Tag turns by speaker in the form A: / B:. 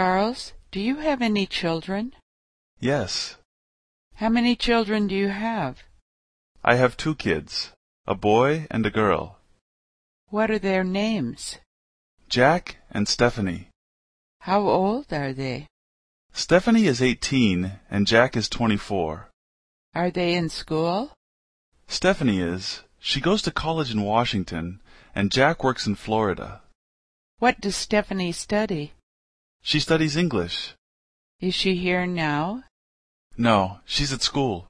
A: Charles, do you have any children?
B: Yes.
A: How many children do you have?
B: I have two kids, a boy and a girl,
A: What are their names?
B: Jack and Stephanie.
A: How old are they?
B: Stephanie is 18 and Jack is 24.
A: Are they in school?
B: Stephanie is. She goes to college in Washington and Jack works in Florida.
A: What does Stephanie study?
B: She studies English.
A: Is she here now?
B: No, she's at school.